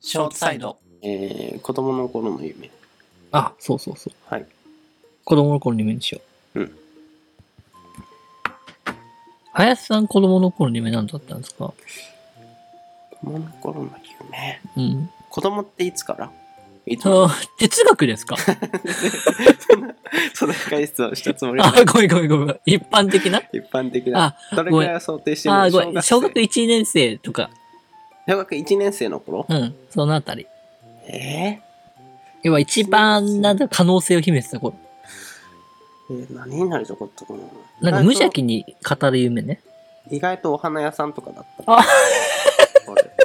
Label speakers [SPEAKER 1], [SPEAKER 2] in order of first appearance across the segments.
[SPEAKER 1] ショートサイド。
[SPEAKER 2] えー、子供の頃の夢。
[SPEAKER 3] あ、そうそうそう。
[SPEAKER 2] はい。
[SPEAKER 3] 子供の頃の夢にしよう。
[SPEAKER 2] うん。
[SPEAKER 3] 林さん子供の頃の夢何だったんですか
[SPEAKER 2] 子供の頃の夢。
[SPEAKER 3] うん。
[SPEAKER 2] 子供っていつからいつ
[SPEAKER 3] あー 哲学ですか
[SPEAKER 2] そんな、そんな解説をしたつもりは
[SPEAKER 3] あ
[SPEAKER 2] ない。、
[SPEAKER 3] ごめんごめんごめん。一般的な
[SPEAKER 2] 一般的な。
[SPEAKER 3] あ、
[SPEAKER 2] どれくらいを想定してる
[SPEAKER 3] あ
[SPEAKER 2] の
[SPEAKER 3] ーごめん。小学
[SPEAKER 2] 生
[SPEAKER 3] 1年生とか。
[SPEAKER 2] 小学1年生の頃
[SPEAKER 3] うん。そのあたり。
[SPEAKER 2] え
[SPEAKER 3] 要は一番、なんだ可能性を秘めてた頃。
[SPEAKER 2] ー、えー何になりたかったか
[SPEAKER 3] な
[SPEAKER 2] な
[SPEAKER 3] んか無邪気に語る夢ね。
[SPEAKER 2] 意外とお花屋さんとかだった。
[SPEAKER 3] あ
[SPEAKER 2] 俺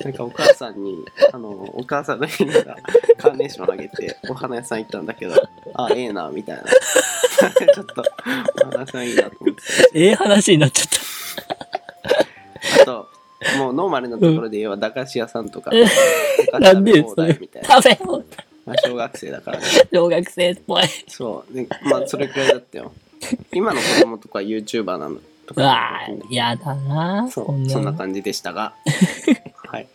[SPEAKER 2] なんかお母さんに、あの、お母さんの家にがカーネーションあげて、お花屋さん行ったんだけど、あ、ええな、みたいな。 ちょっと、お花屋さんいいなと思って。
[SPEAKER 3] ええ話になっちゃっ
[SPEAKER 2] あと、もうノーマルなところで言えば、駄菓子屋さんとか、
[SPEAKER 3] うん
[SPEAKER 2] 駄
[SPEAKER 3] た。
[SPEAKER 2] 菓子
[SPEAKER 3] なんで
[SPEAKER 2] 食べ
[SPEAKER 3] そ
[SPEAKER 2] 放
[SPEAKER 3] れ
[SPEAKER 2] 題みたいな。
[SPEAKER 3] 食べ放題
[SPEAKER 2] まあ、小学生だからね。
[SPEAKER 3] 小学生っぽい。
[SPEAKER 2] そう。ね、まあ、それくらいだったよ。今の子供とか YouTuber なのと
[SPEAKER 3] う
[SPEAKER 2] か。
[SPEAKER 3] わあ、やだな
[SPEAKER 2] そ
[SPEAKER 3] こん
[SPEAKER 2] う、
[SPEAKER 3] な
[SPEAKER 2] そんな
[SPEAKER 3] の
[SPEAKER 2] 感じでし たが。はい。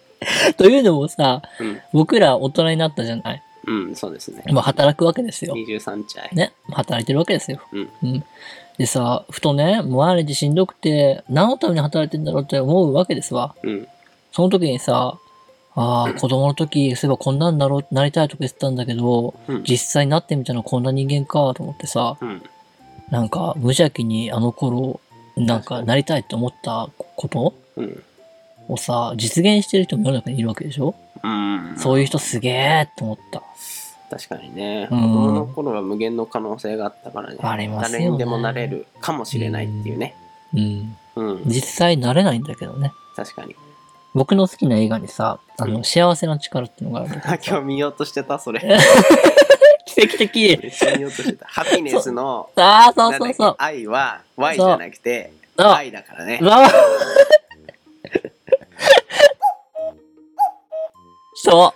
[SPEAKER 3] というのもさ、
[SPEAKER 2] うん、
[SPEAKER 3] 僕ら大人になったじゃない。
[SPEAKER 2] うん、そうですね。
[SPEAKER 3] 今働くわけですよ。
[SPEAKER 2] 23歳。
[SPEAKER 3] ね。働いてるわけですよ。
[SPEAKER 2] うん。
[SPEAKER 3] でさ、ふとね、毎日しんどくて、何のために働いてんだろうって思うわけですわ。
[SPEAKER 2] うん。
[SPEAKER 3] その時にさ、ああ、子供の時、そういえばこんなんだろう、なりたいとか言ってたんだけど、
[SPEAKER 2] うん。
[SPEAKER 3] 実際になってみたのはこんな人間かと思ってさ、
[SPEAKER 2] うん。
[SPEAKER 3] なんか無邪気にあの頃なん
[SPEAKER 2] 確
[SPEAKER 3] か
[SPEAKER 2] かに
[SPEAKER 3] なりたいと思ったこと
[SPEAKER 2] うん。
[SPEAKER 3] をさ実現してる人も世の中にいるわけでしょ、
[SPEAKER 2] うん。
[SPEAKER 3] そういう人すげえと思った
[SPEAKER 2] 確かにね。
[SPEAKER 3] う
[SPEAKER 2] 子
[SPEAKER 3] ん
[SPEAKER 2] 供の頃は無限の可能性があったからね。
[SPEAKER 3] ありますよね
[SPEAKER 2] 誰にでもなれるかもしれないっていうね。
[SPEAKER 3] うん
[SPEAKER 2] うん。
[SPEAKER 3] 実際なれないんだけどね
[SPEAKER 2] 確かに。
[SPEAKER 3] 僕の好きな映画にさ「あの、
[SPEAKER 2] うん
[SPEAKER 3] 幸せの力」っていうのがあるん だけど
[SPEAKER 2] あ
[SPEAKER 3] さ
[SPEAKER 2] 今日見ようとしてた、それ。
[SPEAKER 3] 奇跡的
[SPEAKER 2] めっちゃ見ようとしてた。ハピネスの、
[SPEAKER 3] ああそう
[SPEAKER 2] なんだ
[SPEAKER 3] そ
[SPEAKER 2] っ
[SPEAKER 3] う
[SPEAKER 2] け
[SPEAKER 3] そう
[SPEAKER 2] 愛は Y じゃなくて、
[SPEAKER 3] そう
[SPEAKER 2] I だからね
[SPEAKER 3] う。わそ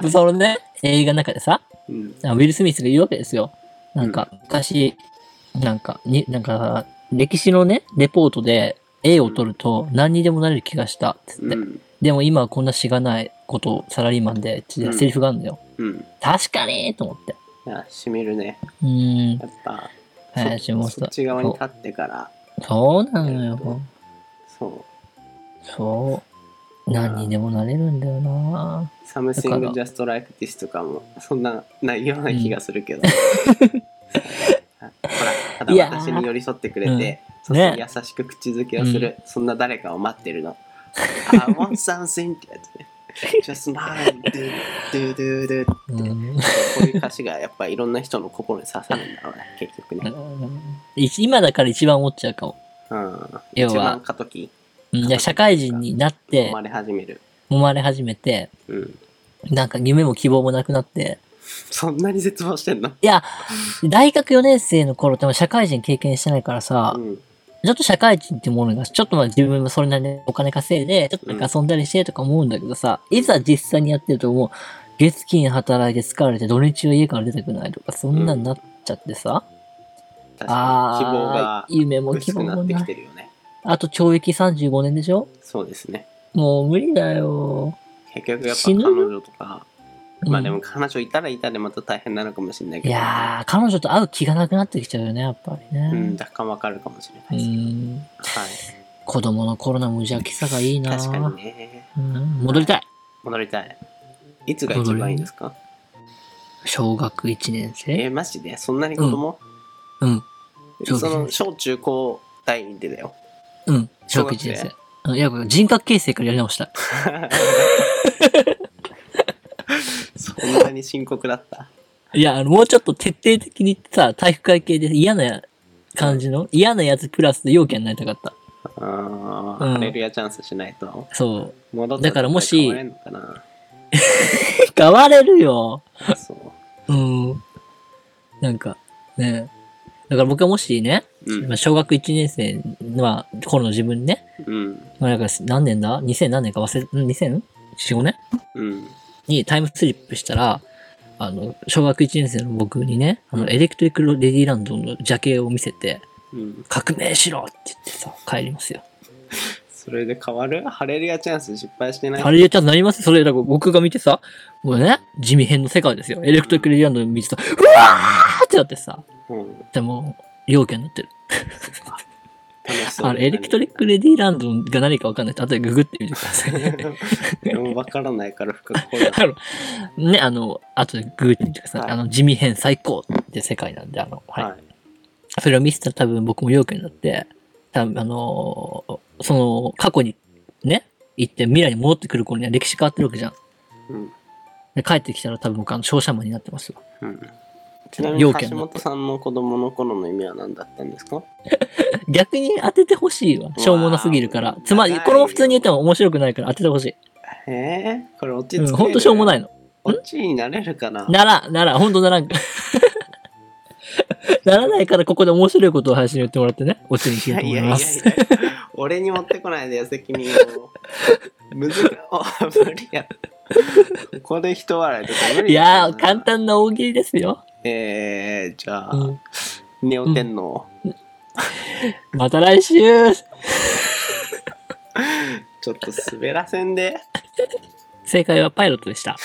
[SPEAKER 3] うそのね映画の中でさ
[SPEAKER 2] うん。
[SPEAKER 3] あウィル・スミスが言うわけですよ。なんか、昔、なんか、に、なんか、歴史のね、レポートで A を取ると何にでもなれる気がしたっつって。
[SPEAKER 2] うん。
[SPEAKER 3] でも今はこんなしがないことをサラリーマンで、って
[SPEAKER 2] うん
[SPEAKER 3] セリフがあるんだよ。
[SPEAKER 2] うん。
[SPEAKER 3] 確かにと思って。
[SPEAKER 2] いや、しみるね。
[SPEAKER 3] うーん。
[SPEAKER 2] やっぱ、
[SPEAKER 3] 林も
[SPEAKER 2] そ
[SPEAKER 3] そ
[SPEAKER 2] そっ
[SPEAKER 3] う。
[SPEAKER 2] ち側に立ってから、
[SPEAKER 3] そうなの
[SPEAKER 2] えっと
[SPEAKER 3] よ。
[SPEAKER 2] そう。
[SPEAKER 3] そう。何にでもなれるんだよな
[SPEAKER 2] サムシング・ジャスト・ライク・ィスとかもそんなないような気がするけど、 ほらただ
[SPEAKER 3] いやー
[SPEAKER 2] 私に寄り添ってくれて、
[SPEAKER 3] うん
[SPEAKER 2] そして優しく口づけをする、そんな誰かを待って るの I want something ってやつね Just mine do do do do こ
[SPEAKER 3] うん。
[SPEAKER 2] ういう歌詞がやっぱいろんな人の心に刺さるんだろうね結局ね、
[SPEAKER 3] 一 今だから一番思っちゃうかも。
[SPEAKER 2] うん、
[SPEAKER 3] 要は
[SPEAKER 2] 一番過渡期
[SPEAKER 3] うんいや社会人になっ
[SPEAKER 2] 生
[SPEAKER 3] て、
[SPEAKER 2] まれ始める、
[SPEAKER 3] 揉まれ始めて、
[SPEAKER 2] うん、
[SPEAKER 3] なんか夢も希望もなくなって。
[SPEAKER 2] そんなに絶望してんの
[SPEAKER 3] いや、大学4年生の頃ってまだ社会人経験してないからさ、
[SPEAKER 2] うん
[SPEAKER 3] ちょっと社会人ってものが、ちょっとまあ自分もそれなりにお金稼いで、ちょっとなんか遊んだりしてとか思うんだけどさ、いざ実際にやってるともう、月金働いて疲れて土日は家から出てくないとか、そんなんなっちゃってさ、
[SPEAKER 2] 確
[SPEAKER 3] あ
[SPEAKER 2] か
[SPEAKER 3] あ
[SPEAKER 2] に希望が
[SPEAKER 3] 夢も希
[SPEAKER 2] 薄
[SPEAKER 3] 望
[SPEAKER 2] くな
[SPEAKER 3] も
[SPEAKER 2] って
[SPEAKER 3] な
[SPEAKER 2] き
[SPEAKER 3] い。
[SPEAKER 2] てるよね
[SPEAKER 3] あと懲役35年でしょ
[SPEAKER 2] そうですね
[SPEAKER 3] もう無理だよ。
[SPEAKER 2] 結局やっぱ
[SPEAKER 3] 死ぬ
[SPEAKER 2] 彼女とか、
[SPEAKER 3] うん
[SPEAKER 2] まあでも彼女いたらいたでまた大変なのかもしれないけ
[SPEAKER 3] い
[SPEAKER 2] ど、
[SPEAKER 3] やー、彼女と会う気がなくなってきちゃうよね、やっぱりね。
[SPEAKER 2] うん、若干わかるかもしれな
[SPEAKER 3] う
[SPEAKER 2] いです、
[SPEAKER 3] ん子供の頃の無邪気さがいいな
[SPEAKER 2] はい。確かにね。
[SPEAKER 3] うん、戻りたい
[SPEAKER 2] 戻りたい。いつが一番いいんですか
[SPEAKER 3] 小学1年
[SPEAKER 2] え
[SPEAKER 3] 生
[SPEAKER 2] ー、マジでそんなに子供、
[SPEAKER 3] うん、そう
[SPEAKER 2] そ
[SPEAKER 3] そう
[SPEAKER 2] の小中高大でだよ。
[SPEAKER 3] うん、小学1年生。うんいや、人格形成からやり直したい。
[SPEAKER 2] そんなに深刻だった。
[SPEAKER 3] いや、あのもうちょっと徹底的にさ、体育会系で嫌な感じの、嫌なやつプラスで陽キャになりたかった。
[SPEAKER 2] あー
[SPEAKER 3] うん
[SPEAKER 2] ハレルヤチャンスしないと。
[SPEAKER 3] そう。
[SPEAKER 2] 戻った
[SPEAKER 3] だからもし
[SPEAKER 2] 変われんのかな
[SPEAKER 3] 変われるよ。
[SPEAKER 2] そ う。
[SPEAKER 3] うん。なんか、ね。だから僕はもしね、
[SPEAKER 2] うん
[SPEAKER 3] まあ小学1年生の頃の自分ね、
[SPEAKER 2] うん。
[SPEAKER 3] まあだから何年だ ?2000 何年か忘れ、ん 2000?4、5年
[SPEAKER 2] うん。
[SPEAKER 3] にタイムスリップしたら、あの、小学1年生の僕にね、あの、エレクトリックレディーランドのジャケを見せて、
[SPEAKER 2] うん。
[SPEAKER 3] 革命しろって言ってさ、帰りますよ。
[SPEAKER 2] それで変わるハレルヤチャンス失敗してない
[SPEAKER 3] ハレルヤちゃんなりますそれ、だから僕が見てさ、もうね、地味編の世界ですよ。エレクトリック・レジャンドの道さ、うわーってなってさ、
[SPEAKER 2] うん、
[SPEAKER 3] でも、両家になってる。
[SPEAKER 2] 楽しそう
[SPEAKER 3] あれ、エレクトリック・レディーランドが何かわかんないと、後でググってみてください。
[SPEAKER 2] でも分からないから深く掘る
[SPEAKER 3] あのね、あの、後でググってみてください。
[SPEAKER 2] はい
[SPEAKER 3] あの、地味編最高って世界なんで、あの、はい。
[SPEAKER 2] はい
[SPEAKER 3] それを見せたら多分僕も両家になって、多分あのーその、過去にね、行って未来に戻ってくる頃には歴史変わってるわけじゃん。
[SPEAKER 2] うん
[SPEAKER 3] で帰ってきたら多分僕あの商社マンになってますよ。
[SPEAKER 2] うん、ちなみ
[SPEAKER 3] 要
[SPEAKER 2] に
[SPEAKER 3] 件
[SPEAKER 2] 橋本さんの子供の頃の夢は何だったんですか
[SPEAKER 3] 逆に当ててほしいわ。しょうもなすぎるから
[SPEAKER 2] うわ。ー
[SPEAKER 3] つまり、これも普通に言って
[SPEAKER 2] 長
[SPEAKER 3] も面白くないから当ててほしい。
[SPEAKER 2] へえこれ落ち着
[SPEAKER 3] う
[SPEAKER 2] け
[SPEAKER 3] ん、
[SPEAKER 2] る
[SPEAKER 3] ほんとしょうもないいの。
[SPEAKER 2] 落ちになれるかな
[SPEAKER 3] なら、なら、ほんとならん。 ならないからここで面白いことを配信に言ってもらってね、オチにし
[SPEAKER 2] い
[SPEAKER 3] よう
[SPEAKER 2] や
[SPEAKER 3] と
[SPEAKER 2] い
[SPEAKER 3] 思い
[SPEAKER 2] やいや
[SPEAKER 3] ま
[SPEAKER 2] い
[SPEAKER 3] す。
[SPEAKER 2] や俺に持ってこないでよ責任をむずかあ無理やここで人笑いとか無理
[SPEAKER 3] いやー、
[SPEAKER 2] な
[SPEAKER 3] 簡単な大喜利ですよ。
[SPEAKER 2] えー、じゃ
[SPEAKER 3] う
[SPEAKER 2] あ
[SPEAKER 3] ん
[SPEAKER 2] ネオ天皇、
[SPEAKER 3] また来週
[SPEAKER 2] ちょっと滑らせんで
[SPEAKER 3] 正解はパイロットでした。